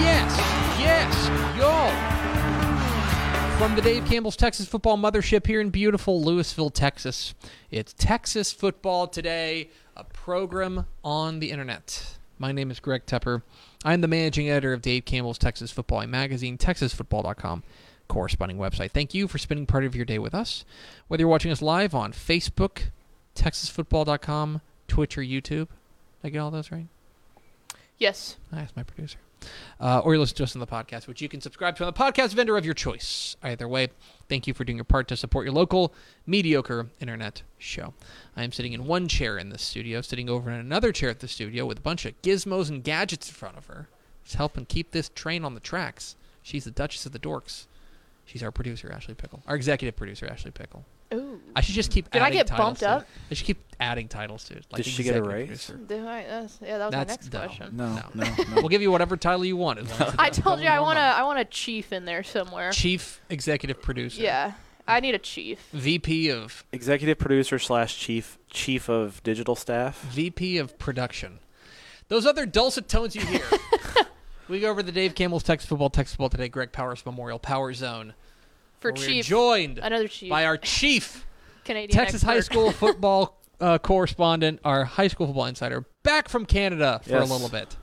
Yes, yes, yo. From the Dave Campbell's Texas Football Mothership here in beautiful Louisville, Texas. It's Texas Football Today, a program on the internet. My name is Greg Tepper. I'm the managing editor of Dave Campbell's Texas Football magazine, texasfootball.com, corresponding website. Thank you for spending part of your day with us. Whether you're watching us live on Facebook, texasfootball.com, Twitch, or YouTube. Did I get all those right? Yes. I asked Ah, my producer. Uh, or you listen to us on the podcast, which you can subscribe to on the podcast vendor of your choice. Either way, thank you for doing your part to support your local mediocre internet show. I am sitting in one chair in this studio, sitting over in another chair at the studio with a bunch of gizmos and gadgets in front of her. She's helping keep this train on the tracks. She's the Duchess of the Dorks. She's our producer, Ashley Pickle. Our executive producer, Ashley Pickle. Ooh. I should just keep. Did I adding get titles bumped to it. up? I should keep adding titles to it. Like Did she get a executive raise? producer. yeah, that was That's my next no. question. No, No. no, We'll give you whatever title you want. as long as it I doesn't told you double I or want to. not. I want a chief in there somewhere. chief executive producer. Yeah, I need a chief. VP of Executive producer slash chief chief of digital staff. VP of production. Those other dulcet tones you hear. we go over the Dave Campbell's Texas Football, Texas Football today. Greg Powers Memorial Power Zone. For where chief, We're joined another chief, by our chief Canadian Texas high expert. school football uh, correspondent, our high school football insider, back from Canada for Yes. a little bit.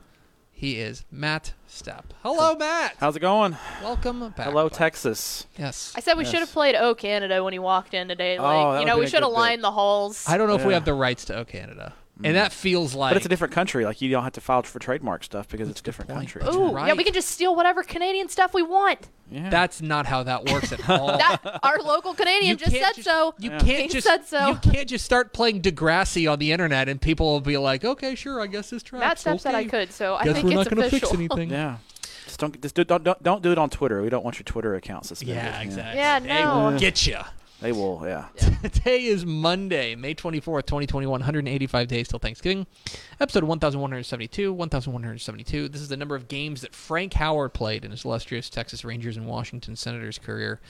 He is Matt Stepp. Hello, Matt. How's it going? Welcome back. Hello, bud. Texas. Yes. I said we Yes. should have played O Canada when he walked in today. Oh, Like, that you would've know, been we a should have good bit. lined the halls. I don't know if we Yeah. Mm. have the rights to O Canada, and that feels like But it's a different country. Like you don't have to file for trademark stuff because it's a different point. Oh, country. That's Ooh, yeah, right. we can just steal whatever Canadian stuff we want. Yeah. That's not how that works at all. That our local Canadian just said can't so. You Yeah. can't He just said so. you can't just start playing Degrassi on the internet and people will be like, okay, sure, I guess this tracks. Matt Stepp said I okay. could, so I Guess think we're it's not gonna official. fix anything. yeah. Just don't just do, don't, don't don't do it on Twitter. We don't want your Twitter account suspended. Yeah, exactly. Yeah, They no. will get you. They will. Yeah. Today is Monday, May 24th, 2021, 185 days till Thanksgiving. Episode 1172, 1172. This is the number of games that Frank Howard played in his illustrious Texas Rangers and Washington Senators career.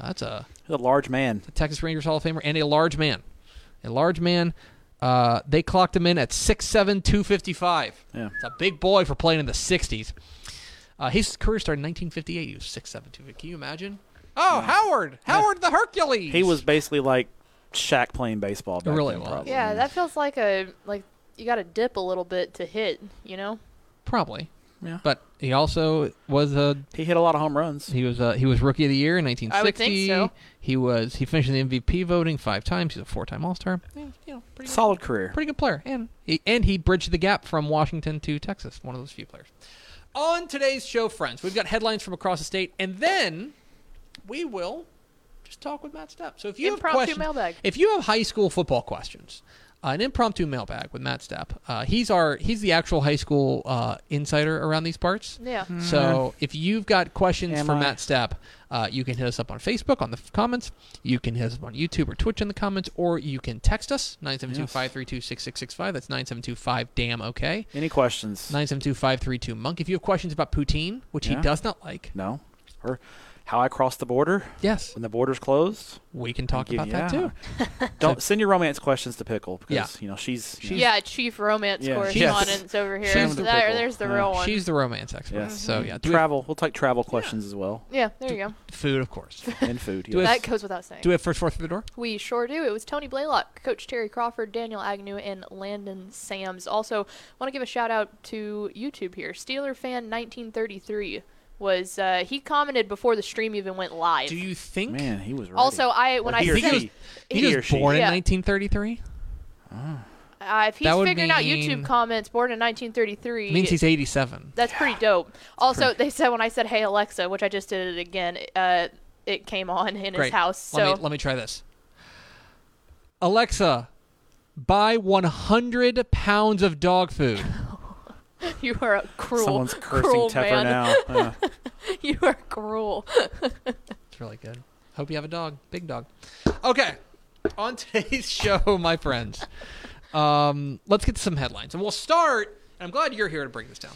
Uh, that's a He's a large man. the Texas Rangers Hall of Famer, and a large man. A large man. Uh, they clocked him in at 6'7", 255. Yeah. It's a big boy for playing in the 60s. Uh, his career started in 1958. He was 6'7", 255. Can you imagine? Oh, Howard! Howard the Hercules! He was basically like Shaq playing baseball. Back really then, was. probably. Yeah, that feels like a like you got to dip a little bit to hit. You know, Probably. Yeah. But he also was a He hit a lot of home runs. he was a, he was rookie of the year in I would 1960. think so. He was he finished in the MVP voting five times. He's a four-time All-Star. Yeah, you know, pretty good. Solid career. pretty good player, and he, and he bridged the gap from Washington to Texas. One of those few players. On today's show, friends, we've got headlines from across the state, and then we will just talk with Matt Stepp. So if you Impromptu have questions, mailbag. if you have high school football questions, uh, an impromptu mailbag with Matt Stepp. Uh, he's our he's the actual high school uh, insider around these parts. yeah. So if you've got questions Mm-hmm. Am for I? Matt Stapp, uh, you can hit us up on Facebook on the f- comments. You can hit us up on YouTube or Twitch in the comments, or you can text us 972-532-6665. That's 972-5 damn okay. Any questions? 972-532 monk. If you have questions about poutine, which he Yeah. does not like, No. or how I crossed the border Yes, when the border's closed. we can talk Give- about that yeah. too. Don't send your romance questions to Pickle because Yeah. you know she's you know, yeah, chief romance Yeah, correspondence over here. She's So the there, pickle. there's the Yeah. real one. She's the romance expert. Yes. So yeah, do we have travel. We'll take travel questions as well yeah, there you go. food, of course. and food. Do yes. That goes without saying. Do we have first four through the door? We sure do. It was Tony Blaylock, Coach Terry Crawford, Daniel Agnew, and Landon Sams. Also, want to give a shout out to YouTube here. Steeler fan 1933 was uh, he commented before the stream even went live. Do you think Man, he was ready. also, I when Or I he or said she. he, he or was she. born Yeah. in 1933? uh, if he's That would figuring out mean- YouTube comments born in 1933, It means he's 87. that's pretty dope. Also, they said when I said "Hey Alexa," which I just did it again, uh, it came on in his Great. house. So Let me let me try this. Alexa, buy 100 pounds of dog food. you are a cruel, someone's cursing cruel Tepper man. now. Uh, you are cruel. It's really good. Hope you have a dog, big dog. Okay, on today's show, my friends, um, let's get some headlines, and we'll start. And I'm glad you're here to break this down.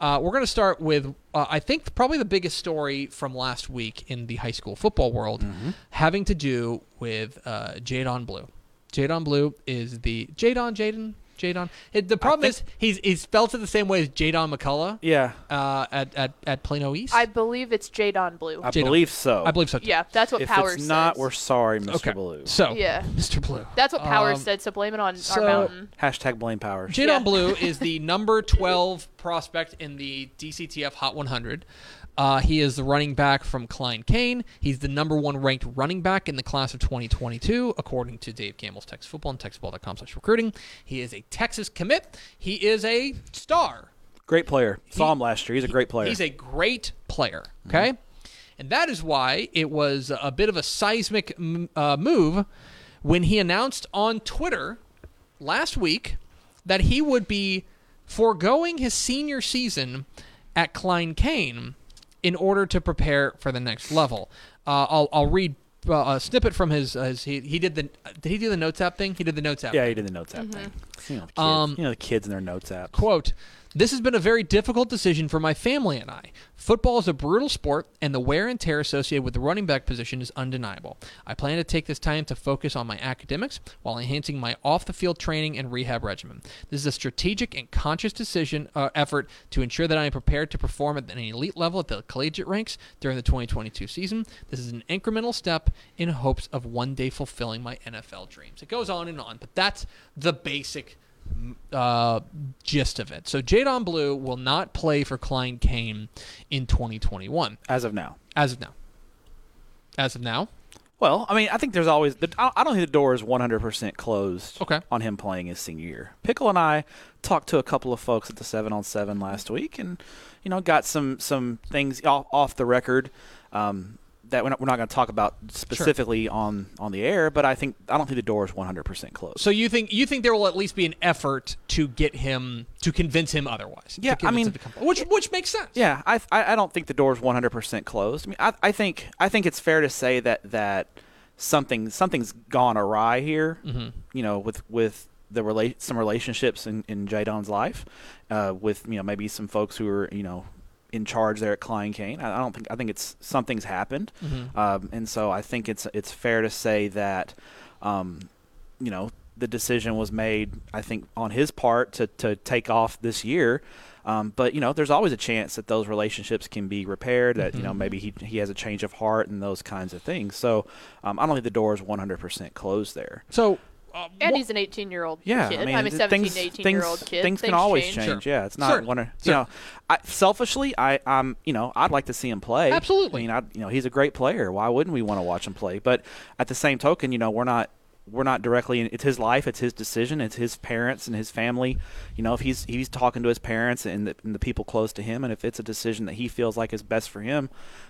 Uh, we're going to start with, uh, I think, probably the biggest story from last week in the high school football world, Mm-hmm. having to do with uh, Jadon Blue. Jadon Blue is the Jadon Jaden Jadon. It, the problem is he's he's spelled it the same way as Jadon McCullough yeah, uh, at, at at Plano East. I believe it's Jadon Blue. I Jada. believe so. I believe so. Too. Yeah, that's what if Powers it's not, says. we're sorry, Mr. Okay. Blue. So Yeah. Mr. Blue. That's what Powers Um, said. So blame it on so- our mountain. uh, Hashtag blame Powers. Jadon Yeah. Blue is the number 12 prospect in the DCTF Hot 100. Uh, he is the running back from Klein Kane. He's the number one ranked running back in the class of 2022, according to Dave Campbell's Texas Football and TexasFootball.com slash recruiting. He is a Texas commit. He is a star. Great player. Saw him last year. He's a great player. Mm-hmm. He's a great player. Okay. And that is why it was a bit of a seismic m- uh, move when he announced on Twitter last week that he would be foregoing his senior season at Klein Kane in order to prepare for the next level. Uh, I'll, I'll read uh, a snippet from his. Uh, his he, he did the did he do the notes app thing? He did the notes app. yeah, he did the notes app Mm-hmm. thing. You know, the kids, Um, you know the kids and their notes app. quote this has been a very difficult decision for my family and i football is a brutal sport and the wear and tear associated with the running back position is undeniable i plan to take this time to focus on my academics while enhancing my off-the-field training and rehab regimen this is a strategic and conscious decision uh, effort to ensure that i am prepared to perform at an elite level at the collegiate ranks during the 2022 season this is an incremental step in hopes of one day fulfilling my nfl dreams it goes on and on but that's the basic uh, gist of it. So Jadon Blue will not play for Klein Kane in 2021 As of now. as of now. As of now, Well, I mean, I think there's always. The, I I don't think the door is 100% closed Okay. on him playing his senior year. Pickle and I talked to a couple of folks at the 7 on 7 last week and, you know, got some, some things off, off the record um, that we're not, we're not going to talk about specifically on, on the air, but I think I don't think the door is 100% closed. so you think you think there will at least be an effort to get him to convince him otherwise? to Yeah, I convince mean- him to come- which which makes sense. Yeah, I I, I don't think the door's one hundred percent closed. I mean, I, I think I think it's fair to say that that something something's gone awry here. You know, with with the rela- some relationships in in Jadon's life, uh, with you know maybe some folks who are you know in charge there at Klein Kane. I, I don't think I think it's something's happened, um, and so I think it's it's fair to say that. Um, you know the decision was made i think on his part to, to take off this year um, but you know there's always a chance that those relationships can be repaired that you know maybe he, he has a change of heart and those kinds of things so um, i don't think the door is 100% closed there So uh, And wha- he's an 18 year old yeah, kid. I mean, th- 17, things, 18 things, year old kid. Things, can always change. Sure. Yeah, it's not Certainly. one. Or, you Sure. know, I, selfishly, I, I'm, you know, I'd like to see him play. Absolutely. I mean, I, you know, he's a great player. Why wouldn't we want to watch him play? But at the same token, you know, we're not. We're not directly. In, it's his life. It's his decision. It's his parents and his family. You know, if he's he's talking to his parents and the, and the people close to him, and if it's a decision that he feels like is best for him,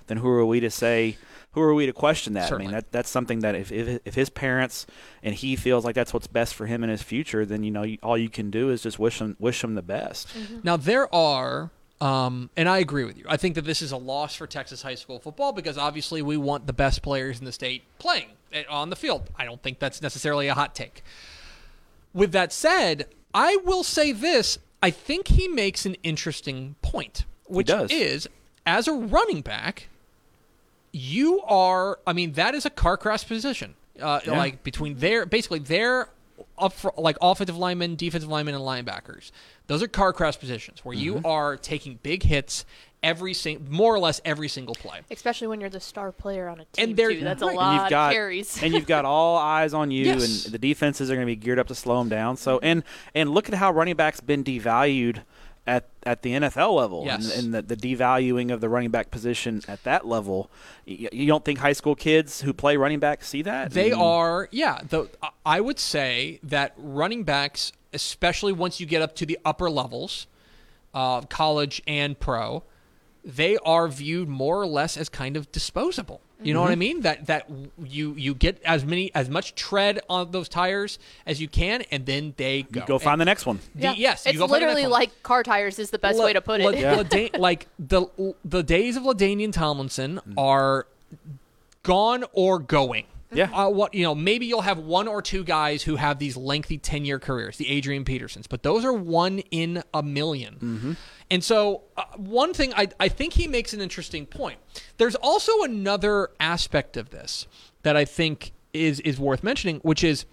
then who are we to say? Who are we to question that? I Certainly. mean, that that that's something that if, if if his parents and he feels like that's what's best for him in his future, then you know you, all you can do is just wish him wish him the best. Now there are, um, and I agree with you. I think that this is a loss for Texas high school football because obviously we want the best players in the state playing eh, on the field. I don't think that's necessarily a hot take. With that said, I will say this: I think he makes an interesting point, which does. is as a running back, you are i mean that is a car crash position uh, Yeah. like between their basically their up fr- like offensive linemen defensive linemen and linebackers those are car crash positions where you are taking big hits every sing- more or less every single play Especially when you're the star player on a team. And they're- too. That's right. a and lot you've got of carries. and you've got all eyes on you, Yes. and the defenses are going to be geared up to slow him down. So and and look at how running backs been devalued at at the NFL level, Yes. and, and the, the devaluing of the running back position at that level. You, you don't think high school kids who play running back see that? They Mm. are, yeah. The I would say that running backs, especially once you get up to the upper levels, of college and pro, they are viewed more or less as kind of disposable. You know Mm-hmm. what I mean? That that you you get as many as much tread on those tires as you can, and then they go. You go find the next one. the, yes. it's you go find the literally next one. like car tires is the best La- way to put La- it. Lada- like the the days of Ladanian Tomlinson Mm-hmm. are gone or going. Yeah. Uh, what you know, maybe you'll have one or two guys who have these lengthy ten-year careers, the Adrian Petersons, but those are one in a 1000000 And so, uh, one thing I I think he makes an interesting point. There's also another aspect of this that I think is is worth mentioning, which is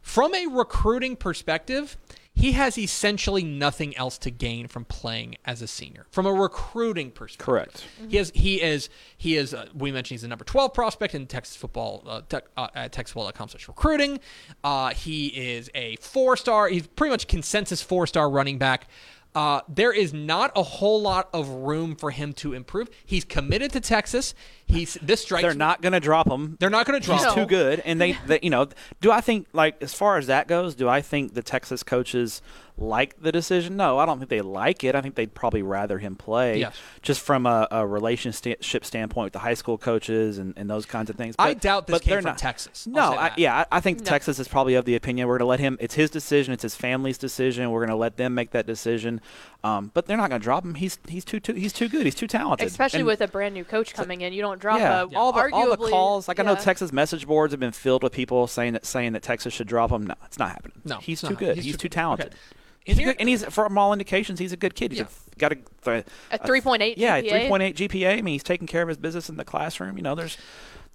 from a recruiting perspective, he has essentially nothing else to gain from playing as a senior. From a recruiting perspective, Correct. He has he is he is uh, we mentioned he's the number twelve prospect in Texas football uh, tech, uh, at TexasFootball.com/recruiting. Uh, he is a four star. He's pretty much consensus four star running back. Uh, there is not a whole lot of room for him to improve. He's committed to Texas. He's this strikes. They're not going to drop him. They're not going to drop. He's him. too good, and they, they, you know, do I think like as far as that goes, do I think the Texas coaches like the decision? No, I don't think they like it. I think they'd probably rather him play, Yes. just from a, a relationship standpoint with the high school coaches and, and those kinds of things. I doubt this but came they're from not, Texas. I'll No, say I, that. yeah, I I think No. Texas is probably of the opinion we're going to let him. It's his decision. It's his family's decision. We're going to let them make that decision. Um, but they're not going to drop him. He's he's too, too he's too good. He's too talented. Especially And- with a brand new coach coming in, you don't drop yeah, a all the arguably, all the calls. Like I know yeah. Texas message boards have been filled with people saying that saying that Texas should drop him. No, it's not happening. No, he's it's not too happening. good. He's He's, too too good. talented. Okay. He's a Here- good, and he's from all indications, he's a good kid. He's Yeah. a, got a, th- A 3.8 Yeah, a GPA. 3.8 GPA. I mean, he's taking care of his business in the classroom. You know, there's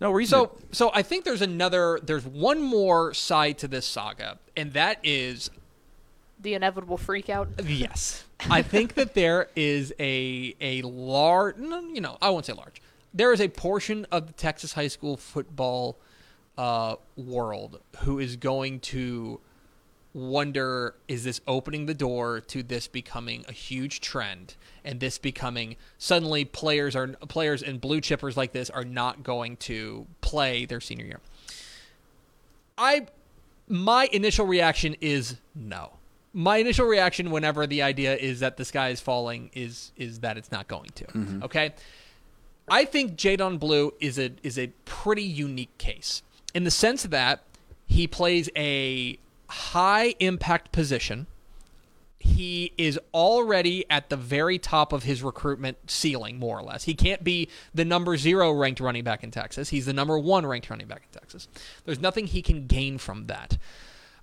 no reason. So, so I think there's another, there's one more side to this saga, and that is the inevitable freak out. yes. I think that there is a a large, you know, I won't say large. There is a portion of the Texas high school football uh, world who is going to wonder: Is this opening the door to this becoming a huge trend, and this becoming suddenly players are players and blue chippers like this are not going to play their senior year? I my initial reaction is no. My initial reaction whenever the idea is that the sky is falling is is that it's not going to. Okay? I think Jadon Blue is a is a pretty unique case in the sense that he plays a high impact position. He is already at the very top of his recruitment ceiling, more or less. He can't be the number zero ranked running back in Texas. He's the number one ranked running back in Texas. There's nothing he can gain from that.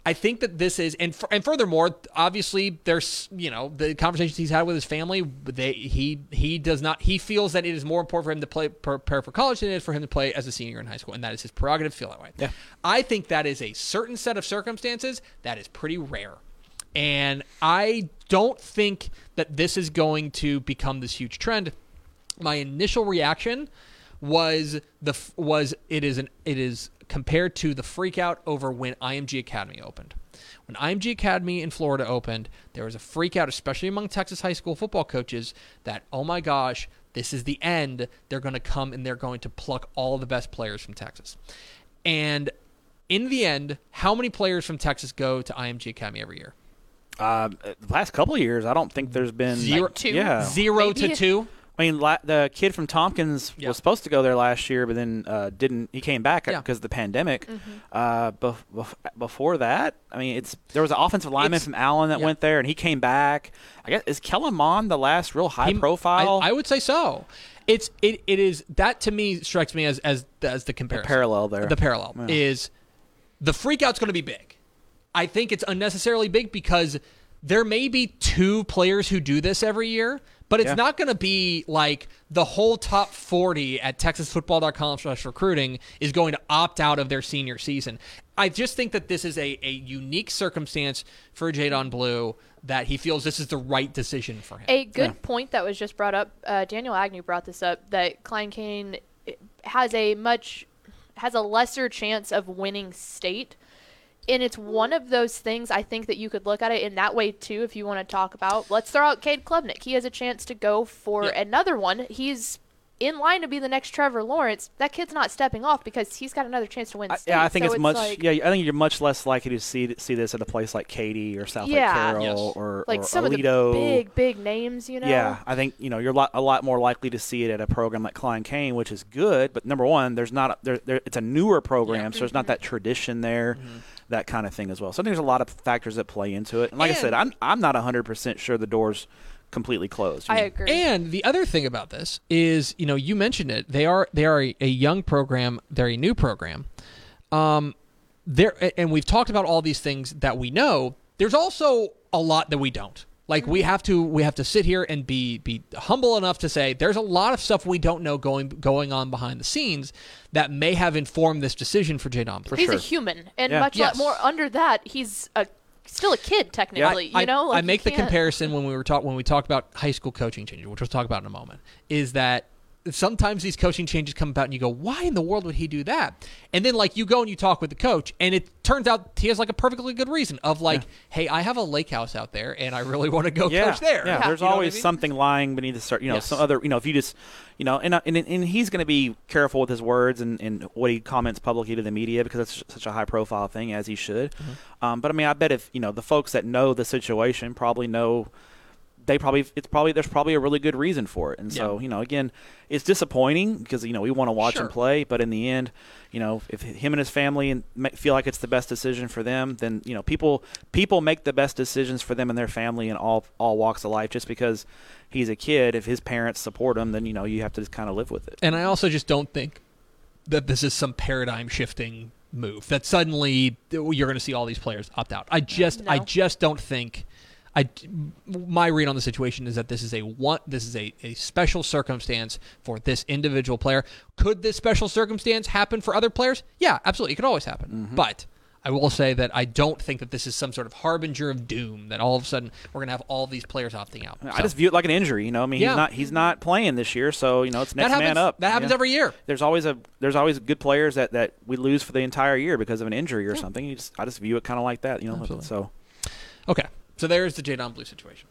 I think that this is, and f- and furthermore, obviously, there's you know the conversations he's had with his family. They he he does not he feels that it is more important for him to play prepare for college than it is for him to play as a senior in high school, and that is his prerogative. to Feel that way. Yeah. I think that is a certain set of circumstances that is pretty rare, and I don't think that this is going to become this huge trend my initial reaction was the f- was it is an it is compared to the freak out over when IMG Academy opened. When IMG Academy in Florida opened, there was a freak out especially among Texas high school football coaches that oh my gosh, this is the end. They're going to come and they're going to pluck all the best players from Texas. And in the end, how many players from Texas go to IMG Academy every year? uh, the last couple of years, I don't think there's been Zero- Like two? Yeah, Zero to Maybe. two. I mean, la- the kid from Tompkins Yeah. was supposed to go there last year, but then uh, didn't. He came back Yeah. because of the pandemic. Mm-hmm. Uh, bef- bef- before that, I mean, it's there was an offensive lineman It's- from Allen that yeah. went there, and he came back. I guess is Kellen Mond the last real high He- profile I, I would say so. It's it, it is that to me strikes me as as as the comparison parallel there? The parallel is the freakout's going to be big. I think it's unnecessarily big because there may be two players who do this every year, But it's Yeah. not going to be like the whole top 40 at texasfootball.com slash recruiting is going to opt out of their senior season. I just think that this is a, a unique circumstance for Jadon Blue that he feels this is the right decision for him. A good point that was just brought up. Uh, Daniel Agnew brought this up that Klein Kane eh, has a much has a lesser chance of winning state, and it's one of those things I think that you could look at it in that way too. If you want to talk about, let's throw out Cade Klubnik. He has a chance to go for Yeah. another one. He's in line to be the next Trevor Lawrence. That kid's not stepping off because he's got another chance to win I, state. yeah, I think So it's, much. like- yeah, I think you're much less likely to see see this at a place like Katy or South Yeah. Lake Carroll Yes. or like or some Alito. of the big big names, you know. Yeah, I think you know you're lot, a lot more likely to see it at a program like Klein Kane, which is good. But number one, there's not a, there, there, it's a newer program, so there's not that Mm-hmm. tradition there, that kind of thing as well. So I think there's a lot of factors that play into it. And like I said, I'm I'm not 100 percent sure the doors completely closed. you I know. agree. And the other thing about this is, you know, you mentioned it. They are they are a, a young program. They're a new program. Um, there a- and we've talked about all these things that we know. There's also a lot that we don't. Like Mm-hmm. we have to we have to sit here and be be humble enough to say there's a lot of stuff we don't know going going on behind the scenes that may have informed this decision for Jadon. Blue. he's a sure. human, and Yeah. much Yes. lot more under that. He's a still a kid technically. I, you know, I Like, you make the can't- comparison when we were talk when we talked about high school coaching changes, which we'll talk about in a moment. Is that sometimes these coaching changes come about and you go, why in the world would he do that? And then like you go and you talk with the coach, and it turns out he has like a perfectly good reason of like, hey, I have a lake house out there, and I really want to go yeah, coach there. Yeah, Yeah. there's You know what I always mean? something lying beneath the surface. You know, Yes. some other. You know, if you just, you know, and and and he's going to be careful with his words and, and what he comments publicly to the media because that's such a high profile thing as he should. Mm-hmm. Um, but I mean, I bet if you know the folks that know the situation probably know. They probably it's probably there's probably a really good reason for it, and so you know again, it's disappointing because you know we want to watch Sure. him play, but in the end, you know if him and his family and ma- feel like it's the best decision for them, then you know people people make the best decisions for them and their family in all all walks of life. Just because he's a kid, if his parents support him, then you know you have to just kind of live with it. And I also just don't think that this is some paradigm shifting move that suddenly you're going to see all these players opt out. I just I No. just don't think I my read on the situation is that this is a one this is a, a special circumstance for this individual player. Could this special circumstance happen for other players? Yeah, absolutely. It could always happen. Mm-hmm. But I will say that I don't think that this is some sort of harbinger of doom that all of a sudden we're going to have all these players opting out. I So, just view it like an injury. You know, I mean, Yeah. he's not he's not playing this year, so you know it's that next happens man up. that happens Yeah. every year. There's always a there's always good players that, that we lose for the entire year because of an injury or something. You just I just view it kind of like that. You know, Absolutely. so Okay, so there's the Jadon Blue situation.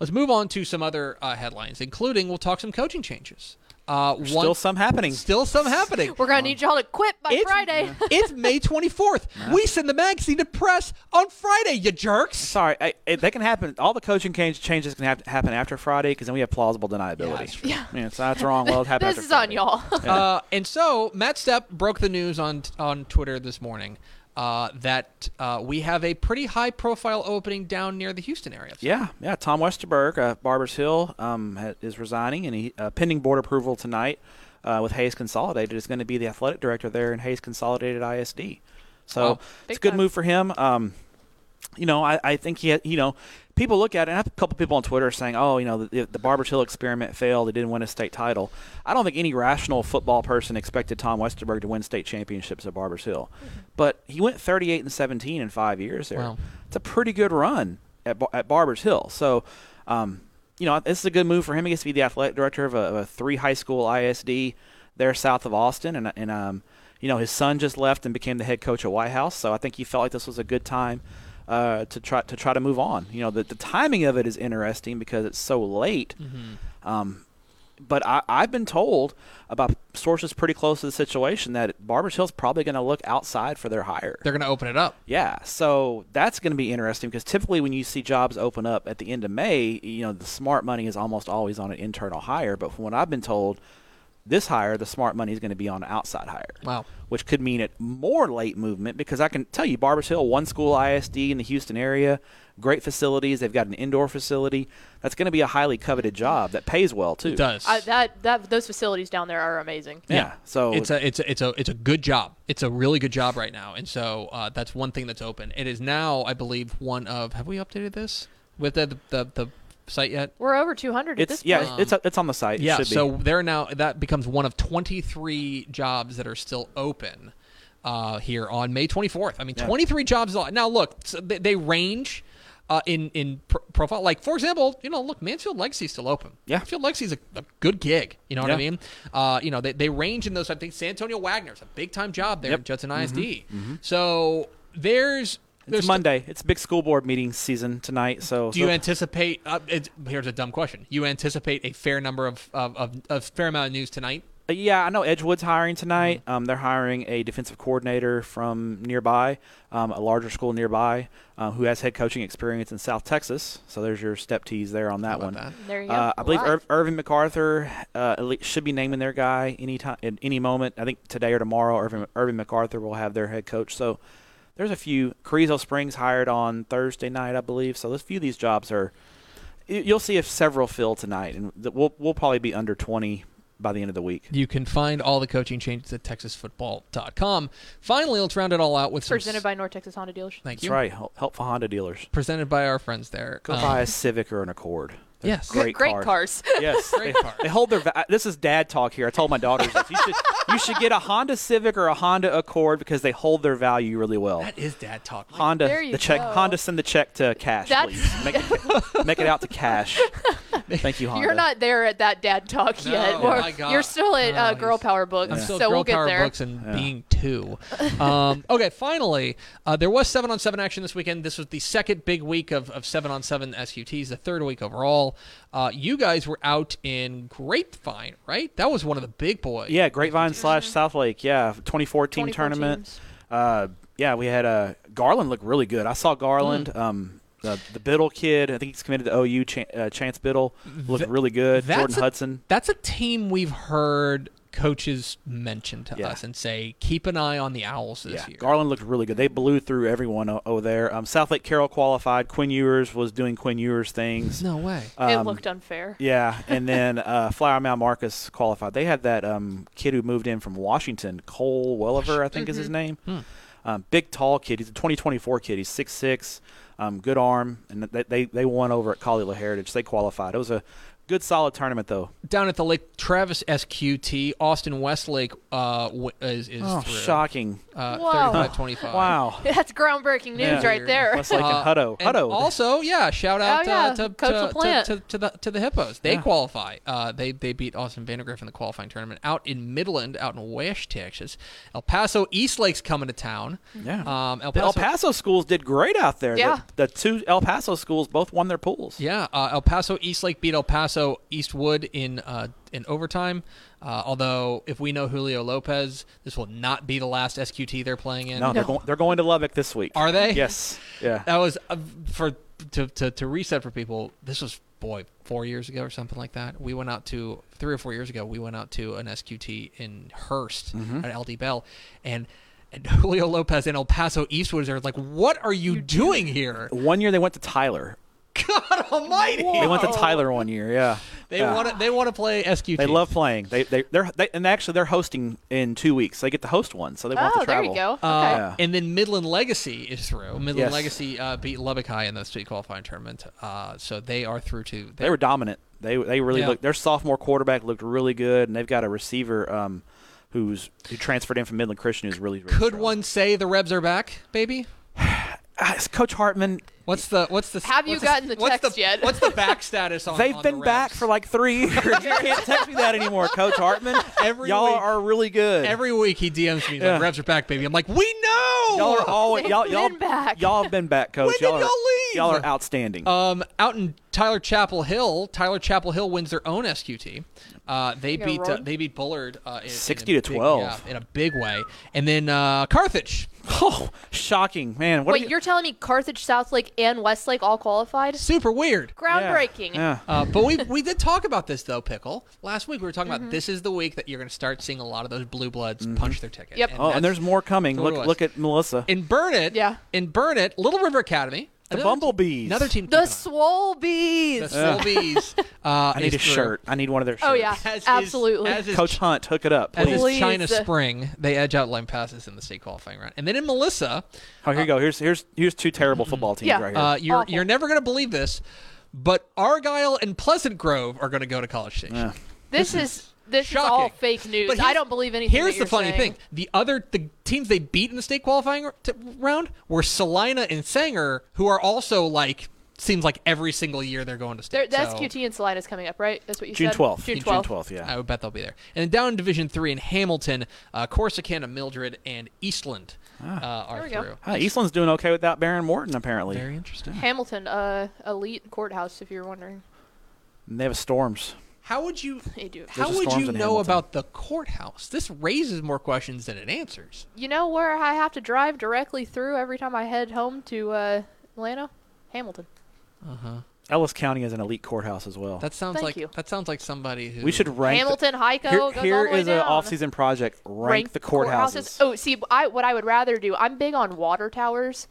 Let's move on to some other uh, headlines, including we'll talk some coaching changes. Uh, one, still some happening. still some happening. We're gonna need y'all to quit by It's- Friday. it's May 24th. We send the magazine to press on Friday, you jerks. Sorry, I, it, that can happen. All the coaching change, changes can have, happen after Friday because then we have plausible deniability. true. Yeah, so that's wrong. Well, it happened this after is on Friday. y'all. Uh, and so Matt Stepp broke the news on on Twitter this morning uh, that uh, we have a pretty high profile opening down near the Houston area. Yeah, yeah. Tom Westerberg, uh, Barbers Hill, um, ha- is resigning, and he uh, pending board approval tonight uh, with Hayes Consolidated is going to be the athletic director there in Hayes Consolidated ISD. So Wow. it's Big a good time. move for him. Um, you know, I, I think he, had, you know, people look at it. And I have a couple people on Twitter saying, "Oh, you know, the, the Barbers Hill experiment failed. They didn't win a state title." I don't think any rational football person expected Tom Westerberg to win state championships at Barbers Hill, Mm-hmm. but he went 38 and 17 in five years there. Wow. It's a pretty good run at Bar- at Barbers Hill. So, um, you know, this is a good move for him. He gets to be the athletic director of a, of a three high school ISD there south of Austin, and and um, you know, his son just left and became the head coach at White House. So I think he felt like this was a good time uh, to try to try to move on. You know, the, the timing of it is interesting because it's so late. Um, but I, I've been told about sources pretty close to the situation that Barbers Hill's probably going to look outside for their hire. They're going to open it up. Yeah, so that's going to be interesting because typically when you see jobs open up at the end of May, you know the smart money is almost always on an internal hire. But from what I've been told, this hire, the smart money is going to be on an outside hire. Wow. Which could mean it more late movement because I can tell you, Barbers Hill, one school ISD in the Houston area, great facilities. They've got an indoor facility. That's going to be a highly coveted job that pays well too. It does. Uh, that that those facilities down there are amazing. Yeah. So it's a it's a, it's a it's a good job. It's a really good job right now, and so uh, that's one thing that's open. It is now, I believe, one of have we updated this with the the the, the site yet? We're over 200 at It's this yeah, point. it's it's on the site. It Yeah, should be. so they're now that becomes one of 23 jobs that are still open uh, here on May 24th. I mean, 23 jobs. is a lot. Now look, so they, they range uh, in in pr- profile. Like for example, you know, look, Mansfield Legacy's still open. Yeah. Mansfield Legacy's a, a good gig. You know what I Yeah. mean? Uh, you know, they, they range in those. I think San Antonio Wagner's a big time job there Yep. Mm-hmm. at Judson ISD. So there's it's there's Monday. It's big school board meeting season tonight. So do you anticipate? Uh, it's, here's a dumb question. You anticipate a fair number of of, of, of fair amount of news tonight. Uh, Yeah, I know Edgewood's hiring tonight. Mm-hmm. Um, they're hiring a defensive coordinator from nearby, um, a larger school nearby, uh, who has head coaching experience in South Texas. So there's your step tease there on that about one. that? There you go. Uh, I believe Live. Ir- Irvin MacArthur uh, at least should be naming their guy any time, at any moment. I think today or tomorrow, Irvin, Irvin MacArthur will have their head coach. So there's a few. Carrizo Springs hired on Thursday night, I believe. So there's a few of these jobs are. y- You'll see if several fill tonight, and th- we'll we'll probably be under 20 by the end of the week. You can find all the coaching changes at texasfootball.com. Finally, let's round it all out with some Presented by North Texas Honda Dealership. Thank That's you. right. Help, helpful Honda dealers. Presented by our friends there. Go Um, buy a Civic or an Accord. They're yes. Great, Great cars. cars. Yes. Great they, cars. they hold their. Va- uh, this is dad talk here. I told my daughters this. You should, you should get a Honda Civic or a Honda Accord because they hold their value really well. That is dad talk. Mike. Honda, There you the check. go. Honda, send the check to cash, That's- please. Make it, make it out to cash. Thank you, Honda. You're not there at that dad talk No, yet. my We're- God. You're still at No, uh, he's- Girl Power Books, I'm still so girl we'll get power there. books and being two. Um, okay, finally, uh, there was seven on seven action this weekend. This was the second big week of, of seven on seven SUTs, the third week overall. Uh, you guys were out in Grapevine, right? That was one of the big boys. Yeah, Grapevine slash South Lake. Yeah, 2014 24 tournament. teams. Uh, yeah, we had uh, Garland look really good. I saw Garland. Mm. Um, the, the Biddle kid, I think he's committed to OU. Chan- uh, Chance Biddle looked really good. that's Jordan a- Hudson. That's a team we've heard coaches mention to Yeah. us and say, keep an eye on the Owls this Yeah, year. Garland looked really good. They blew through everyone o- over there. Um, South Lake Carroll qualified. Quinn Ewers was doing Quinn Ewers things. no way. Uh, it looked unfair. Yeah, and then uh, Flower Mound Marcus qualified. They had that um, kid who moved in from Washington, Cole Welliver, I think is his Mm-hmm. name. Hmm. Um, big, tall kid. He's a 2024 kid. He's 6'6", um, good arm, and they, they they won over at Colleyville Heritage. They qualified. It was a good, solid tournament, though. Down at the Lake Travis SQT, Austin Westlake uh, w- is, is through. shocking! Uh, Whoa. 35-25. Oh, Wow. That's groundbreaking news Yeah. right there. Westlake and Hutto. Uh, and Hutto. Also, yeah, shout out Oh, yeah, uh, to, Coach to, to, LaPlante. to, to the to the Hippos. They Yeah. qualify. Uh, they they beat Austin Vandergriff in the qualifying tournament out in Midland, out in West Texas. El Paso East Lake's coming to town. Yeah. Um, El The Paso. El Paso schools did great out there. The- Yeah. The, two El Paso schools both won their pools. yeah, uh, El Paso East Lake beat El Paso Eastwood in uh, in overtime. Uh, although, if we know Julio Lopez, this will not be the last SQT they're playing in. No, They're, going, they're going to Lubbock this week. Are they? Yes. Yeah. That was uh, for to, to to reset for people. This was boy four years ago or something like that. We went out to three or four years ago. We went out to an SQT in Hearst Mm-hmm. at LD Bell, and. And Julio Lopez and El Paso Eastwood are like, what are you doing here? One year they went to Tyler. God Almighty! They went to Tyler one year. Yeah. They Yeah. want to. They want to play SQT. They love playing. They they they're they, and actually they're hosting in two weeks. They get to host one, so they want Oh, to there travel. you go. Okay. Uh, Yeah. And then Midland Legacy is through. Midland Yes. Legacy uh, beat Lubbock High in the state qualifying tournament, uh, so they are through to. They were dominant. They they really Yeah. looked. Their sophomore quarterback looked really good, and they've got a receiver um, who's who transferred in from Midland Christian who's really, really Could strong. one say the Rebs are back, baby? Ah, it's Coach Hartman? What's the what's the Have you what's gotten the what's text yet? What's the back status on? They've on been the back Rebs? for like three years. you can't text me that anymore, Coach Hartman. Every y'all week- are really good. every week. He DMs me like Yeah. Rebs are back, baby. I'm like, we know. y'all are always They've y'all y'all been back. y'all have been back, Coach. When did y'all, are, y'all leave? y'all are outstanding. um, out in Tyler Chapel Hill, Tyler Chapel Hill wins their own SQT. Uh, they You're beat uh, rolling. they beat Bullard uh, in, in a 60 to big- 12. yeah, in a big way, and then uh, Carthage oh, shocking, man! What are Wait, you- you're telling me Carthage, Southlake, and Westlake all qualified? super weird. Yeah, Groundbreaking. Yeah. Uh, but we we did talk about this though, pickle. Last week we were talking about this is the week that you're going to start seeing a lot of those blue bloods punch their ticket. Yep. Mm-hmm. Oh, and that's- there's more coming. What it Look was. look at Melissa. in Burnett. Yeah. In Burnett, Little River Academy. The another te- Bumblebees. Another team. The keep an Swole eye Bees. on. the Bumblebees. Uh, I need a is through. shirt. I need one of their shirts. Oh, yeah. As is- Absolutely. as is, Coach Hunt, hook it up, as please. is Please. China Spring, they edge out line passes in the state qualifying round, and then in Melissa, Oh, here you go. Here's here's here's two terrible football teams Yeah. right here. uh, you're Awful. you're never going to believe this. but Argyle and Pleasant Grove are going to go to College Station. Yeah. This, is, this shocking. is all fake news. But I here's- don't believe anything. Here's that the you're funny saying. thing: the other the teams they beat in the state qualifying r- t- round were Salina and Sanger, who are also like seems like every single year they're going to There, state. that's so QT and Salinas coming up, right? That's what you June said. 12th. June June twelfth. 12th, yeah. I would bet they'll be there. And then down in Division Three in Hamilton, uh, Corsicana, Mildred, and Eastland Ah. uh, are There we go. through. Huh, Eastland's doing okay without Baron Morton, apparently. Very interesting. Hamilton, uh, elite courthouse. If you're wondering, And they have storms. How would you? they do. How There's a would storm you in know Hamilton. about the courthouse? This raises more questions than it answers. You know where I have to drive directly through every time I head home to uh, Atlanta? Hamilton. Uh huh. Ellis County has an elite courthouse as well. That sounds Thank like you. that sounds like somebody who we should rank. Hamilton, Heiko the, goes here all here the way is down. an off-season project. Rank, the courthouses. Oh, see, I what I would rather do. I'm big on water towers.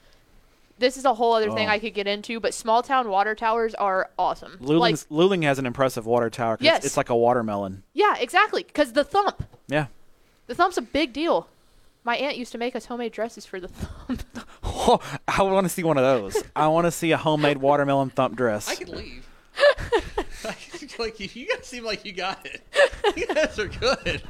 This is a whole other thing Oh. I could get into, but small town water towers are awesome. Oh, Like, Luling's- Luling has an impressive water tower. 'cause Yes. It's, it's like a watermelon. yeah, exactly. Because the thump, Yeah. the thump's a big deal. My aunt used to make us homemade dresses for the thump. I want to see one of those. I want to see a homemade watermelon thump dress. I could leave. like you- you guys seem like you got it. You guys are good.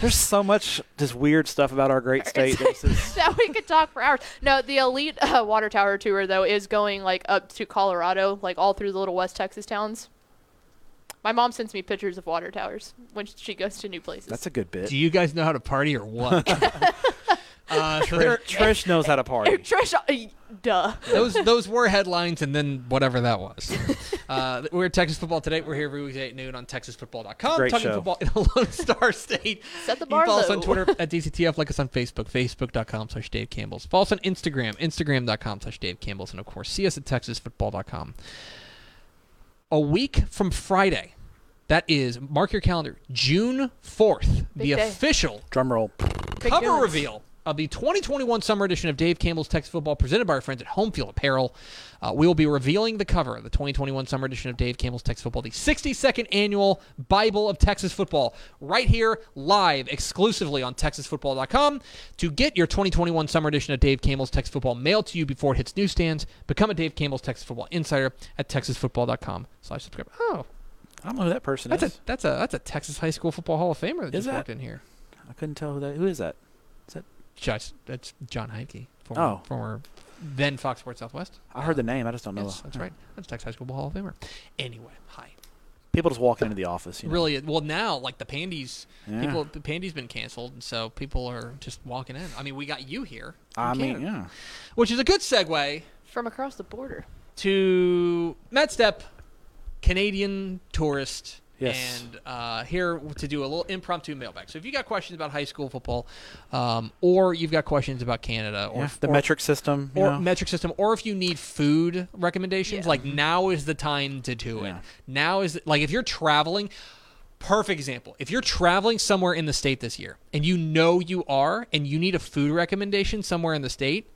There's so much just weird stuff about our great state. There's this- that we could talk for hours. No, the elite uh, water tower tour though is going like up to Colorado, like all through the little West Texas towns. My mom sends me pictures of water towers when she goes to new places. that's a good bit. Do you guys know how to party or what? uh, so Tr- there- Trish knows how to party. Trish, uh, duh. those those were headlines, and then whatever that was. Uh, we're Texas football today. We're here every weekday at noon on TexasFootball.com, Great talking show. football in the Lone Star State. Set the You bar can follow us on low. Twitter at DCTF. Like us on Facebook, facebook.com slash Dave Campbell's. Follow us on Instagram, instagram.com slash Dave Campbell's. And of course, see us at texasfootball.com. A week from Friday, that is, mark your calendar, June 4th, the day. official Drum roll. Big cover difference. reveal of the 2021 summer edition of Dave Campbell's Texas Football, presented by our friends at Home Field Apparel. Uh, we will be revealing the cover of the 2021 summer edition of Dave Campbell's Texas Football, the 62nd annual Bible of Texas Football, right here live exclusively on TexasFootball.com. To get your 2021 summer edition of Dave Campbell's Texas Football mailed to you before it hits newsstands, become a Dave Campbell's Texas Football insider at TexasFootball.com slash subscribe. Oh, I don't know who that person that's is. a, that's a that's a Texas High School Football Hall of Famer that Is just that- walked in here. I couldn't tell who that. Who is that? Just, that's John Heike, former, Oh. former then Fox Sports Southwest. I heard the name. I just don't know. Yes, that's right. That's Texas High School Hall of Famer. Anyway, hi. People just walking into the office. You know? Really, well now like the pandies, Yeah. people the pandies been canceled, and so people are just walking in. I mean, we got you here, from I mean, Canada, yeah. which is a good segue from across the border. to MedStep, Canadian tourist. Yes. And uh, here to do a little impromptu mailbag. So if you got questions about high school football, um, or you've got questions about Canada, or yeah. The or- metric system. You or know? metric system or if you need food recommendations Yeah. like now is the time to do it Yeah. now is like if you're traveling perfect example if you're traveling somewhere in the state this year and you know you are and you need a food recommendation somewhere in the state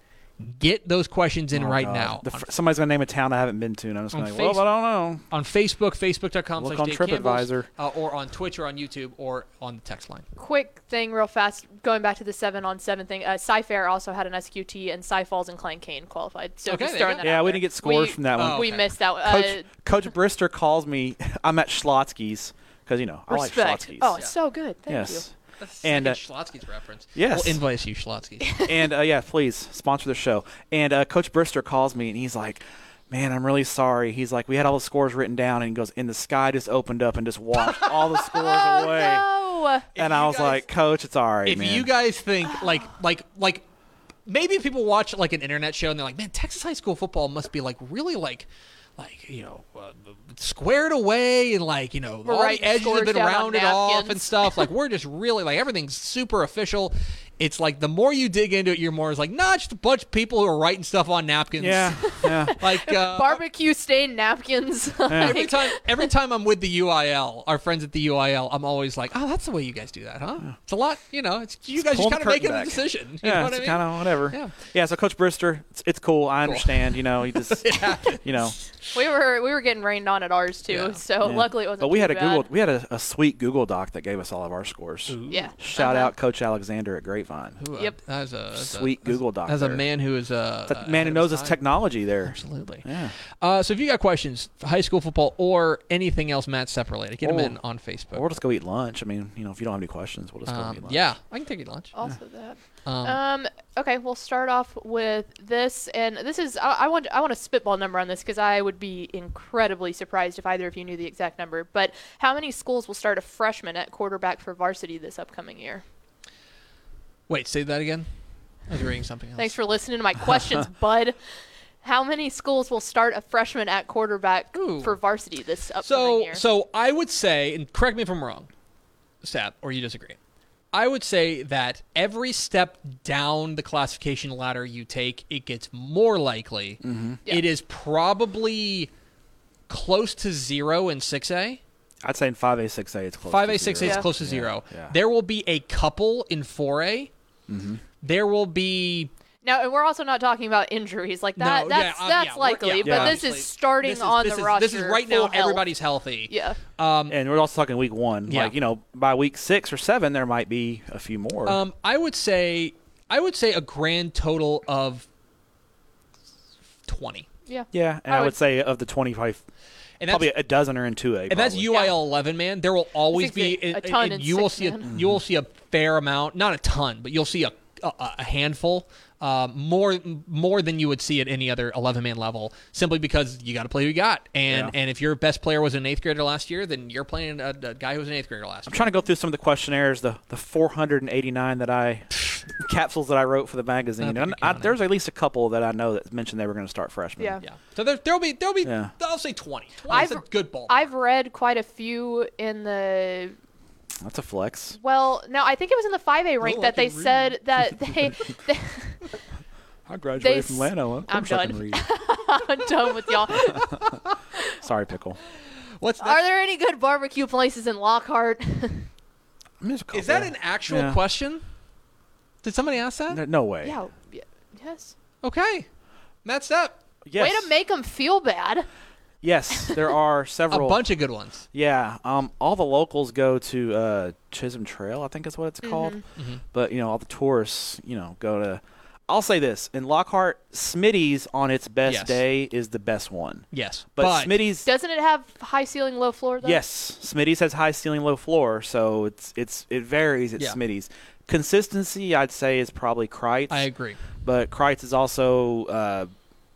get those questions in Oh, right God. now The on, fir- somebody's gonna name a town I haven't been to, and I'm just On gonna. Like, well, I don't know. on facebook facebook.com Look slash on Dave Campbell's, TripAdvisor. uh, or on twitch or on youtube or on the text line Quick thing, real fast. Going back to the seven on seven thing, uh, Sci Fair also had an SQT, and Sci Falls and Clan Kane qualified. So Okay, just there throwing you go. that Yeah, out we there. didn't get scores We- from that one. Oh, We okay. missed that. one. Uh, Coach Coach Brister calls me. I'm at Schlotsky's because you know I like respect. Schlotsky's. oh, so good. Thank you. yes. and And, uh, uh, schlotsky's reference yes. we'll invite you schlotsky and uh, yeah, please sponsor the show. And uh, Coach Brister calls me and he's like, "Man, I'm really sorry." He's like, "We had all the scores written down," and he goes, "And the sky just opened up and just washed all the scores away." Oh, If And I you was guys- like, "Coach, it's all right, if man." you guys think like like like maybe people watch like an internet show and they're like man texas high school football must be like really like like you know uh, squared away and like you know all Right, the edges have scores been down on rounded off and napkins. stuff like we're just really like everything's super official it's like the more you dig into it you're more is like not just a bunch of people who are writing stuff on napkins yeah, yeah. like uh, barbecue stained napkins. Every time, every time I'm with the UIL, our friends at the UIL, I'm always like, "Oh, that's the way you guys do that, huh?" It's a lot, you know. It's you guys just Pull the kind of making curtain a back. decision. You yeah, know what I it's mean? kind of whatever. Yeah. Yeah. So Coach Brister, it's, it's cool. I understand. You know, he just, you know. we were we were getting rained on at ours too, Yeah. so yeah. luckily it wasn't. But we had too a Google. bad. We had a, a sweet Google Doc that gave us all of our scores. Yeah. Shout Uh-huh. out Coach Alexander at Great grapevine. Who, uh, Yep. As a as a- Sweet as- Google doctor. As a man who is uh, a, It's a man who knows his technology there. Absolutely. Yeah. Uh, so if you got questions, for high school football or anything else Matt Sepp related, get them Or- in on Facebook. Oh. Or we'll just go eat lunch. I mean, you know, if you don't have any questions, we'll just go Um, eat lunch. yeah, I can take you to lunch. Also that. Um, Um. Okay, we'll start off with this, and this is I, I want I want a spitball number on this because I would be incredibly surprised if either of you knew the exact number. But how many schools will start a freshman at quarterback for varsity this upcoming year? wait, say that again. I was reading something else. Thanks for listening to my questions, bud. How many schools will start a freshman at quarterback Ooh. for varsity this upcoming so year? so I would say, and correct me if I'm wrong, Sap, or you disagree. I would say that every step down the classification ladder you take, it gets more likely. Mm-hmm. Yeah. It is probably close to zero in six A. I'd say in 5A, 6A, it's close. Five to A, six A zero. is Yeah. close to zero. yeah. Mm-hmm. There will be a couple in four A. There will be now, and we're also not talking about injuries like that. No, that's yeah, uh, that's yeah, we're- likely, yeah, but this obviously. is starting this is- on this the is- roster. This is right full now. Uh, health. Everybody's healthy. Yeah. And we're also talking week one. um, Yeah. Like, you know, by week six or seven, there might be a few more. Um, I would say I would say a grand total of twenty, Yeah. yeah. And I I would, would- say of the 20, probably, and that's probably a dozen are in 2A. and that's probably. UIL eleven man. There will always Six, be eight, a and- ton and in you will six, see a, man. you will see a fair amount, not a ton, but you'll see a a, a handful. Uh, more more than you would see at any other 11 man level simply because you got to play who you got and Yeah. and if your best player was an eighth grader last year then you're playing a, a guy who was an eighth grader last I'm year trying to go through some of the questionnaires, the, the 489 that I capsules that I wrote for the Not magazine. that And you're I, counting. there's at least a couple that I know that mentioned they were going to start freshmen. Yeah. yeah so there, there'll be there'll be Yeah. I'll say 20 20 I've- is a good ball I've read quite a few in the That's a flex. well, no, I think it was in the 5A rank I that they can read. said that they, they They I graduated s- from Lano. Of I'm course I can done. read. I'm done with y'all. Sorry, pickle. what's that? Are there any good barbecue places in Lockhart? I mean, there's a Is that couple. an actual Yeah. question? Did somebody ask that? No, no way. yeah, y- yes. Okay. That's up. Yes. Way to make them feel bad. Yes, there are A several. bunch of good ones. Yeah. Um. All the locals go to uh, Chisholm Trail, I think is what it's Mm-hmm. called. Mm-hmm. But you know, all the tourists, you know, go to. I'll say this in Lockhart, Smitty's on its best Yes. day is the best one. Yes. But, Smitty's. Doesn't it have high ceiling, low floor though? Yes, Smitty's has high ceiling, low floor, so it's it's it varies at Yeah. Smitty's. Consistency, I'd say, is probably Kreitz. I agree. but Kreitz is also uh,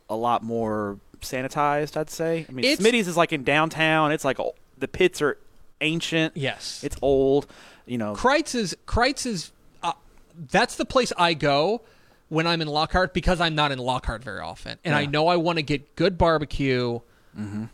a lot more sanitized. I'd say. I mean, It's- Smitty's is like in downtown. It's like o the pits are ancient. Yes. It's old. You know. Kreitz is Kreitz is uh, that's the place I go when I'm in Lockhart because I'm not in Lockhart very often, and I Yeah. Mm-hmm. know I want to get good barbecue. I-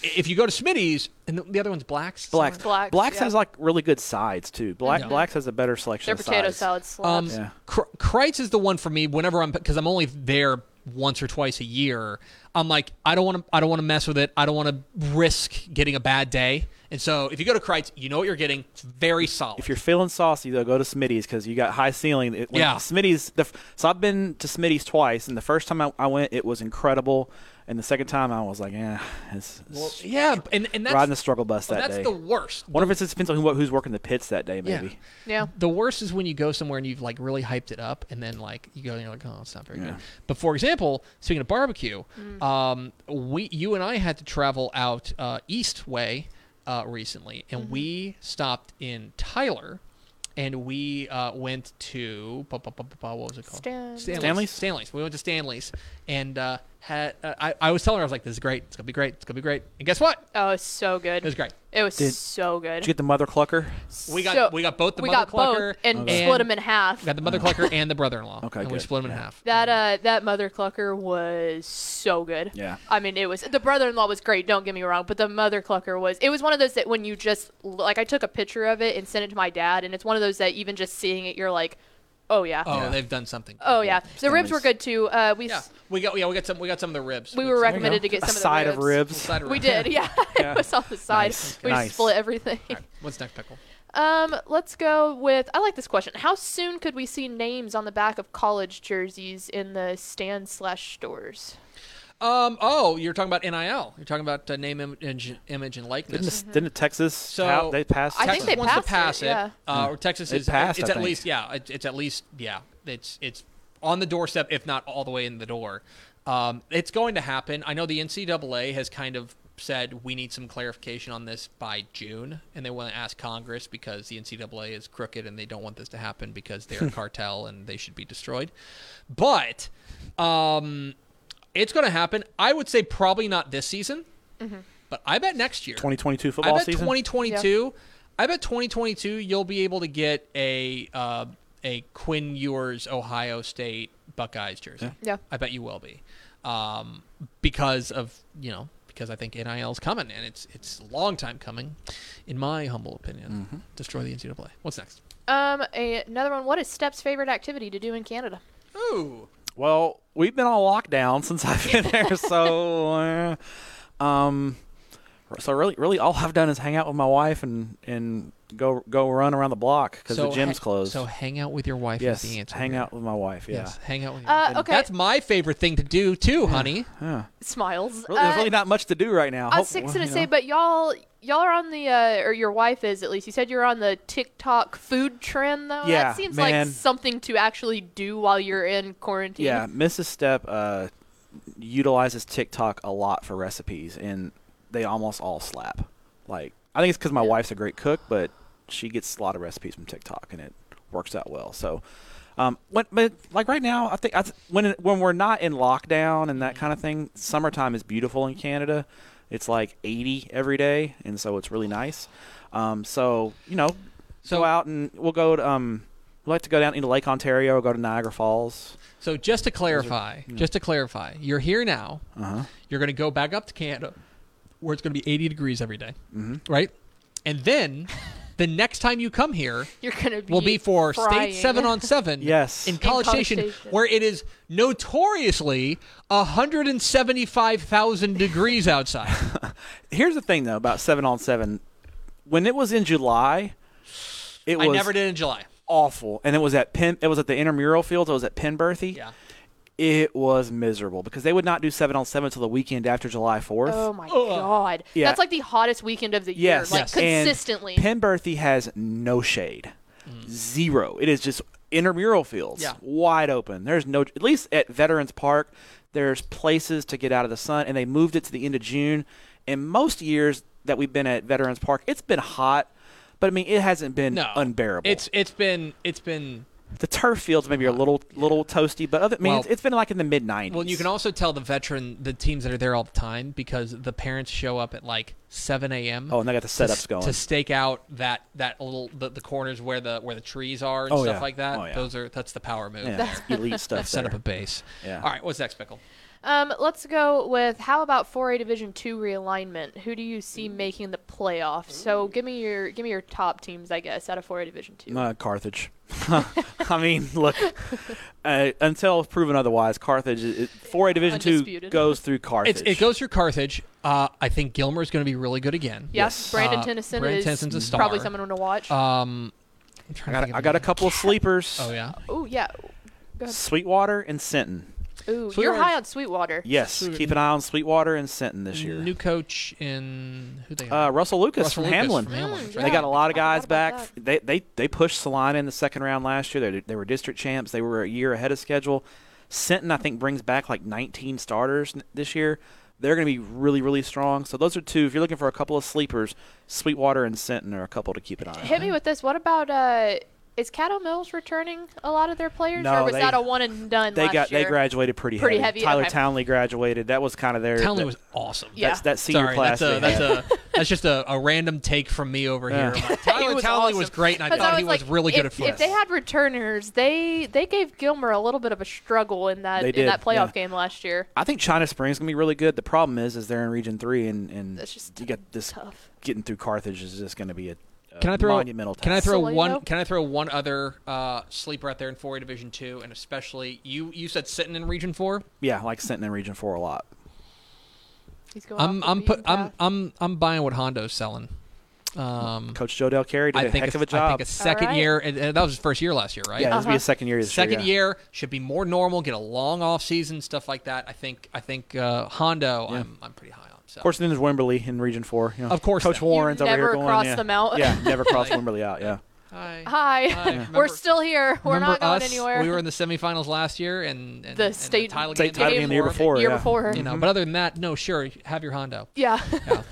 If you go to Smitty's, and the- the other one's Black's. Blacks. somewhere. Blacks, yeah. has like really good sides too. Black Yeah. Blacks has a better selection. Their of potato sides. salad Um, slabs. Yeah. Kr- Kreitz is the one for me. Whenever I'm, because I'm only there once or twice a year. I'm like, I don't want to, I don't want to mess with it. I don't want to risk getting a bad day. And so, if you go to Kreitz, you know what you're getting. It's very solid. If you're feeling saucy, though, go to Smitty's because you got high ceiling. It, when Yeah. Smitty's. The, f- so I've been to Smitty's twice, and the first time I, I went, it was incredible, and the second time I was like, eh, it's, Well, it's yeah, and and that's riding the struggle bus that that's day. the worst. Wonder if it depends on who, who's working the pits that day, Yeah. maybe. Yeah. The worst is when you go somewhere and you've like really hyped it up, and then like you go and you're like, oh, it's not very good. Yeah. But for example, speaking of barbecue, Mm. um, we you and I had to travel out uh, east way uh, recently, and Mm-hmm. we stopped in Tyler, and we uh, went to bu- bu- bu- bu- bu- what was it called? Stan- Stanley's. Stanley's? Stanley's. We went to Stanley's and uh, had uh, I, I was telling her I was like, this is great. It's gonna be great. It's gonna be great. And guess what? Oh, it's so good. It was great. It was Did- so Did good. you get the mother clucker? We got So- we got both the we mother got both clucker and Okay. split them in half. We got the mother clucker and the brother-in-law. Oh. Okay, and we good. split them in Yeah. half. That uh, that mother clucker was so good. Yeah. I mean, it was the brother-in-law was great. Don't get me wrong, but the mother clucker was. It was one of those that when you just like, I took a picture of it and sent it to my dad, and it's one of those that even just seeing it, you're like, oh yeah, Oh, Yeah. they've done something. oh yeah. The ribs were Stanley's. good too. Uh, we yeah. s We got yeah, we got some we got some of the ribs. we Got were some- recommended to get a some side of of the Oh, some ribs. side of We ribs. did, yeah. Yeah. it was on the side. Nice. We just Nice. split everything. All right, what's next pickle? Um, let's go with I like this question. How soon could we see names on the back of college jerseys in the stand slash stores? Um. Oh, you're talking about NIL. You're talking about uh, name, image, image, and likeness. Didn't, the- didn't Texas? So how- they passed. I Texas think they wants to passed pass it, it. yeah. Uh, or Texas It is passed, It's I at think. least yeah. It, it's at least yeah. It's it's on the doorstep, if not all the way in the door. Um, it's going to happen. I know the NCAA has kind of said we need some clarification on this by June, and they want to ask Congress because the NCAA is crooked and they don't want this to happen because they're a cartel and they should be destroyed. But um, it's going to happen. I would say probably not this season, Mm-hmm. but I bet next year. 2022 I football bet season. 2022. I bet 2022. You'll be able to get a uh, a Quinn Ewers Ohio State Buckeyes jersey. Yeah. I bet you will be, um, because of you know because I think NIL's coming and it's it's a long time coming, in my humble opinion. Mm-hmm. Destroy the NCAA. What's next? Um, a, another one. What is Step's favorite activity to do in Canada? Ooh, Well, we've been on lockdown since I've been there, so uh, um, so really, really, all I've done is hang out with my wife and and go go run around the block because So the gym's ha- closed. So hang out with your wife. yes, is the answer. hang here. out with my wife. Yeah, Yes, hang out with your. Uh, okay. That's my favorite thing to do too, honey. yeah. Smiles. Really, there's Uh, really not much to do right now. I Hope- was six well, gonna you say, know. but y'all, y'all are on the, uh, or your wife is at least. You said you're on the TikTok food trend, though. Yeah, that seems man. like something to actually do while you're in quarantine. yeah, Mrs. Step uh, utilizes TikTok a lot for recipes, and they almost all slap. Like, I think it's because my wife's a great cook, but she gets a lot of recipes from TikTok, and it works out well. So, um, when, but like right now, I think I th- when it- when we're not in lockdown and that kind of thing, summertime is beautiful in Canada. It's like 80 every day, and so it's really nice. Um, so you know, So- go out and we'll go to um, we like to go down into Lake Ontario, go to Niagara Falls. So just to clarify, just to clarify, you're here now. Uh-huh. You're going to go back up to Canada, where it's going to be 80 degrees every day, Mm-hmm. right? And then, the next time you come here you're gonna be will be for frying. state seven on seven. Yes. in In College, College Station, Station. where it is notoriously 175,000 degrees outside. Here's the thing though about seven on seven. When it was in July, it I was never did in July. awful, and it was at Penn. It was at the intramural field. It was at Penberthy. Yeah. It was miserable because they would not do seven on seven till the weekend after July fourth. Oh my god, Yeah. that's like the hottest weekend of the yes, year, like And consistently. Penberthy has no shade, zero. It is just intramural fields, Mm. Yeah. wide open. There's no. At least at Veterans Park, there's places to get out of the sun, and they moved it to the end of June. And most years that we've been at Veterans Park, it's been hot. But I mean, it hasn't been No, unbearable. It's it's been it's been the turf fields maybe are a little little toasty, but other I mean, Well- it's, it's been like in the mid 90s. Well, and you can also tell the veteran, the teams that are there all the time, because the parents show up at like 7 a.m. Oh, and they got the to s- setups going. to stake out that that little the, the corners where the where the trees are and Oh, stuff yeah. like that. Oh, yeah. Those are that's the power move. yeah, it's elite stuff. Set there. up a base. Yeah. All right. What's next, Pickle? Um, let's go with how about 4A Division Two realignment? Who do you see making the playoffs? So give me your give me your top teams, I guess, out of 4A Division Two. Uh, Carthage. I mean, look, uh, until proven otherwise, Carthage, is- it, 4A Division Undisputed. 2 goes through Carthage. It's, it goes through Carthage. Uh, I think Gilmer is going to be really good again. yes, yes. Brandon Uh, Tennyson Brandon is Tennyson's a star. probably someone to watch. Um, I'm I trying to got, think a- of I got a the- couple of sleepers Oh yeah. oh yeah, Go ahead. Sweetwater and Sinton. Ooh, you're Sweetwater's- high on Sweetwater. Yes, Sweet- keep an eye on Sweetwater and Sinton this year. New coach in who they uh, are? Russell Lucas Russell from Lucas Hamlin. from Hamlin, that's Mm, right. They got a lot of I guys forgot about back. They they they pushed Salina in the second round last year. They they were district champs. They were a year ahead of schedule. Sinton I think brings back like 19 starters n- this year. They're going to be really really strong. So those are two. If you're looking for a couple of sleepers, Sweetwater and Sinton are a couple to keep an eye Hit on. me with this. What about uh, is Cattle Mills returning a lot of their players, No, or was they- that a one and done? They last got they year? graduated pretty Pretty heavy, Tyler okay. Townley graduated. That was kind of their Townley that, was awesome. Yeah. that's- that senior Sorry, class. that's a they that's had. a that's just a, a random take from me over here. Yeah. I'm like, Tyler He was Townley was awesome. great, and I 'Cause thought he was like, really good if, at football. If they had returners, they they gave Gilmer a little bit of a struggle in that They in did, that playoff yeah. game last year. I think China Springs gonna be really good. The problem is, is they're in Region Three, and and That's just you got this Tough. getting through Carthage is just gonna be a, a Can I throw- monumental. Can I task. throw Solano? one? Can I throw one other uh, sleeper out there in 4A Division Two, and especially you? You said sitting in Region Four. Yeah, I like Sentin in Region Four a lot. He's going. I'm off the I'm beaten put I'm path. I'm I'm buying what Hondo's selling. Um, Coach Joe Del Carey did a I think heck a, of a I job. think a second right. year, and, and that was his first year last year, right? yeah, this will be Uh-huh. his second year. This Second yeah. year should be more normal. Get a long off season, stuff like that. I think. I think uh, Hondo. I'm, I'm pretty high on. So. Of course, then there's Wimberley in Region Four. You know, Of course Coach then. Warren's You over never here going. cross yeah. them out. Yeah, never cross Wimberley out. Uh-huh. Yeah, Hi. Hi, Hi, remember- we're still here. We're Remember not going us? anywhere. We were in the semifinals last year, and, and The and state- title game state title game game the year four. before. Mm-hmm. Year yeah. before. You know, but other than that, no. Sure, have your Hondo. yeah. Yeah.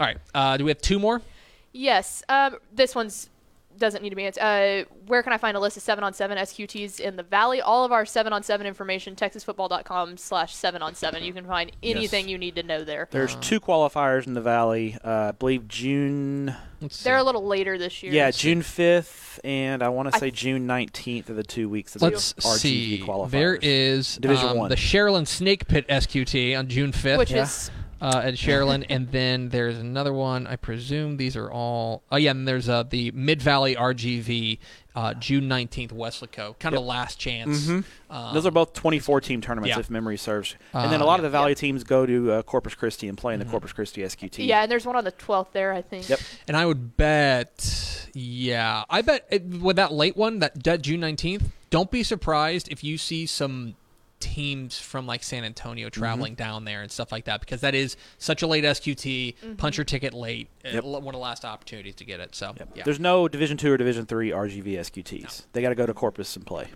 All right. Uh, do we have two more? Yes. Um, this one's doesn't need to be answered. Uh, where can I find a list of seven on seven SQTs in the valley? All of our seven on seven information, TexasFootball.com slash seven on seven. You can find anything you need to know there. They're, There's two qualifiers in the Valley. Uh, I believe June. Let's see. a little later this year. Yeah, It's June 5th, and I want I- to say June 19th are the two weeks that Let's the RGV see. qualifiers. There is Division um, One. the Sherilyn Snake Pit SQT on June 5th Which Yeah. is uh, at Sherilyn, and then there's another one. I presume these are all. Oh yeah, and there's uh, the Mid Valley RGV uh, June 19th Weslaco, kind of the last chance. Mm-hmm. Um, Those are both 24 team tournaments, yeah. if memory serves. And then a Uh, Mm-hmm. lot of the Valley teams go to uh, Corpus Christi and play in the Corpus Christi SQT. yeah, and there's one on the twelfth there, I think. Yep. And I would bet, yeah, I bet it, with that late one, that, that June nineteenth. Don't be surprised if you see some teams from like San Antonio Mm-hmm. traveling down there and stuff like that, because that is such a late SQT. Punch your ticket late. Yep. uh, One of the last opportunities to get it. So Yep. yeah. There's no Division Two or Division Three RGV SQTs. They got to go to Corpus and play.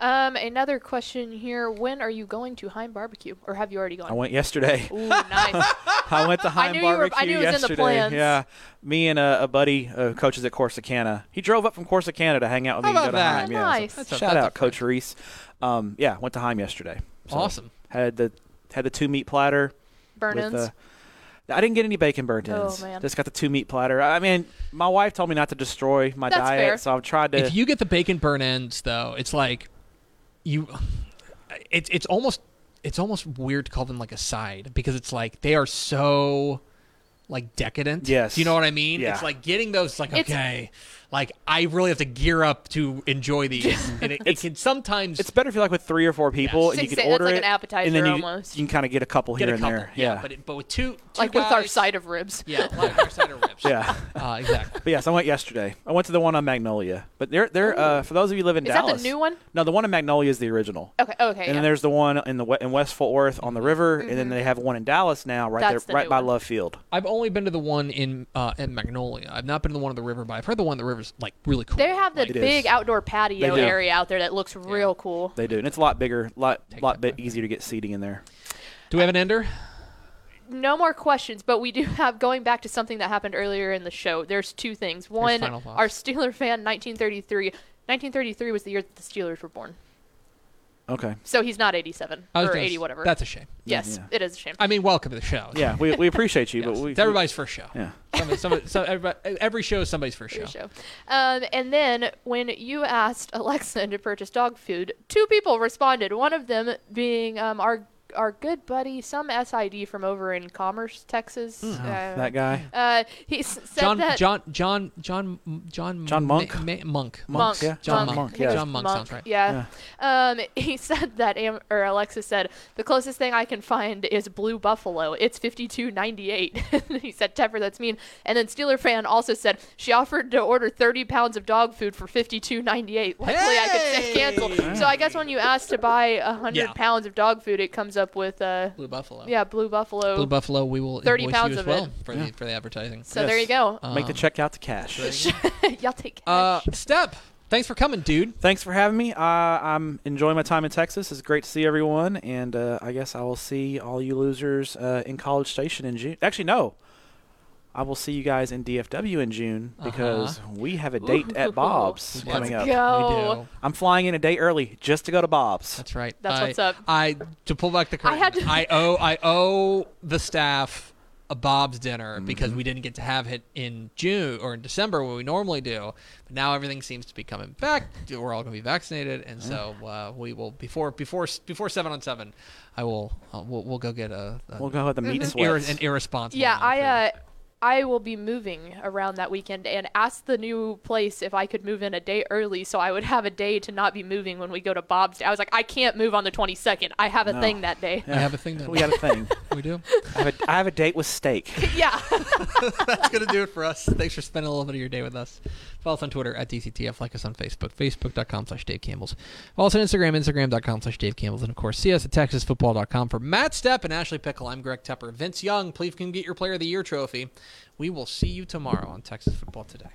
Um, another question here: When are you going to Heim Barbecue, or have you already gone? I went yesterday. Ooh, nice. I went to I Heim knew you were- I Barbecue knew it was in the yesterday. plans. Yeah, me and a, a buddy uh, coaches at Corsicana. He drove up from Corsicana to hang out with How me. and about go that? To Heim. Yeah, so Nice. That's a- shout that's a out, Coach Reese. Um, yeah, went to Heim yesterday. So awesome. Had the had the two meat platter. Burn-ins. with, uh, I didn't get any bacon burnt Oh, ins. man. Just got the two meat platter. I mean, my wife told me not to destroy my That's diet, fair. so I've tried to. If you get the bacon burn ends, though, it's like you. It's it's almost it's almost weird to call them like a side because it's like they are so like decadent. Yes. Do you know what I mean? Yeah. It's like getting those like It's- okay, like I really have to gear up to enjoy these, and it, it can sometimes it's better if you're like with three or four people, Yes. and you Six- can that's order like it, an appetizer and then you, almost. you can kind of get a couple get a here and couple. there. Yeah, but it, but with two, two like with our guys- side of ribs. Yeah, like our side of ribs. yeah. Uh, exactly. But yes, I went yesterday. I went to the one on Magnolia. But there, there. Uh, for those of you who live in Is Dallas, that the new one? No, the one on Magnolia is the original. Okay. Okay. And yeah. Mm-hmm. then there's the one in the we- in West Fort Worth on the river, and then they have one in Dallas now, right That's there, the right new by one. Love Field. I've only been to the one in uh, in Magnolia. I've not been to the one on the river, but I've heard the one on the river's like really cool. They have the It big is. outdoor patio They do. area out there that looks real cool. They do, and it's a lot bigger, lot Take that lot bit back. easier to get seating in there. Do we have an ender? No more questions, but we do have going back to something that happened earlier in the show. There's two things. One, final thoughts. our Steeler fan, 1933. 1933 was the year that the Steelers were born, Okay. so he's not 87 I was or gonna 80, s- whatever. That's a shame. yes, yeah. it is a shame. I mean, welcome to the show. Yeah, we, we appreciate you, Yes. but we it's everybody's first show. Yeah. Somebody, somebody, so everybody, every show is somebody's first show. Your show. Um, and then when you asked Alexa to purchase dog food, two people responded. One of them being um, our our good buddy, some SID from over in Commerce, Texas. Uh, that guy. Uh, he s- said Hmm. John, that John, John, John, John, John Monk? Ma- Ma- Monk. Monk, Yeah. John Monk, Monk. I think it Yeah. was John Monk sounds right. Yeah. Um, he said that, Am- or Alexa said, the closest thing I can find is Blue Buffalo. It's 52.98. he said, Teffer, that's mean. And then Steeler fan also said she offered to order 30 pounds of dog food for 52.98. Luckily, I could say Hey! cancel. So I guess when you ask to buy 100 Yeah. pounds of dog food, it comes up with, uh, Blue Buffalo. yeah, Blue Buffalo. Blue Buffalo. We will 30 invoice pounds you as of well it. for the for the advertising. so there you Yes. go. Make the Um, check out to cash. Y'all take care. Uh, Step. Thanks for coming, dude. Thanks for having me. Uh, I'm enjoying my time in Texas. It's great to see everyone, and uh, I guess I will see all you losers uh, in College Station in June. Actually, no, I will see you guys in DFW in June because we have a date Ooh. at Bob's Uh-huh. Let's coming up. go. We do. I'm flying in a day early just to go to Bob's. That's right. That's I, what's up. I to pull back the curtain. I, had to- owe I owe the staff a Bob's dinner Mm-hmm. because we didn't get to have it in June or in December when we normally do. But now everything seems to be coming back. We're all going to be vaccinated, and so uh, we will before before before seven on seven. I will uh, we'll, we'll go get a, a We'll go have the meat an, ir- sweats. an irresponsible. Yeah, amount of I uh, food. I will be moving around that weekend and asked the new place if I could move in a day early so I would have a day to not be moving when we go to Bob's. I was like, I can't move on the 22nd. I have a No. thing that day. I have a thing. Done. uh, we got a thing. We do. I have a, I have a date with steak. yeah. That's going to do it for us. Thanks for spending a little bit of your day with us. Follow us on Twitter at DCTF. Like us on Facebook, facebook.com slash Dave Campbell's. Follow us on Instagram, instagram.com slash Dave Campbell's. And, of course, see us at texasfootball.com. For Matt Stepp and Ashley Pickle, I'm Greg Tepper. Vince Young, please come get your Player of the Year trophy. We will see you tomorrow on Texas Football Today.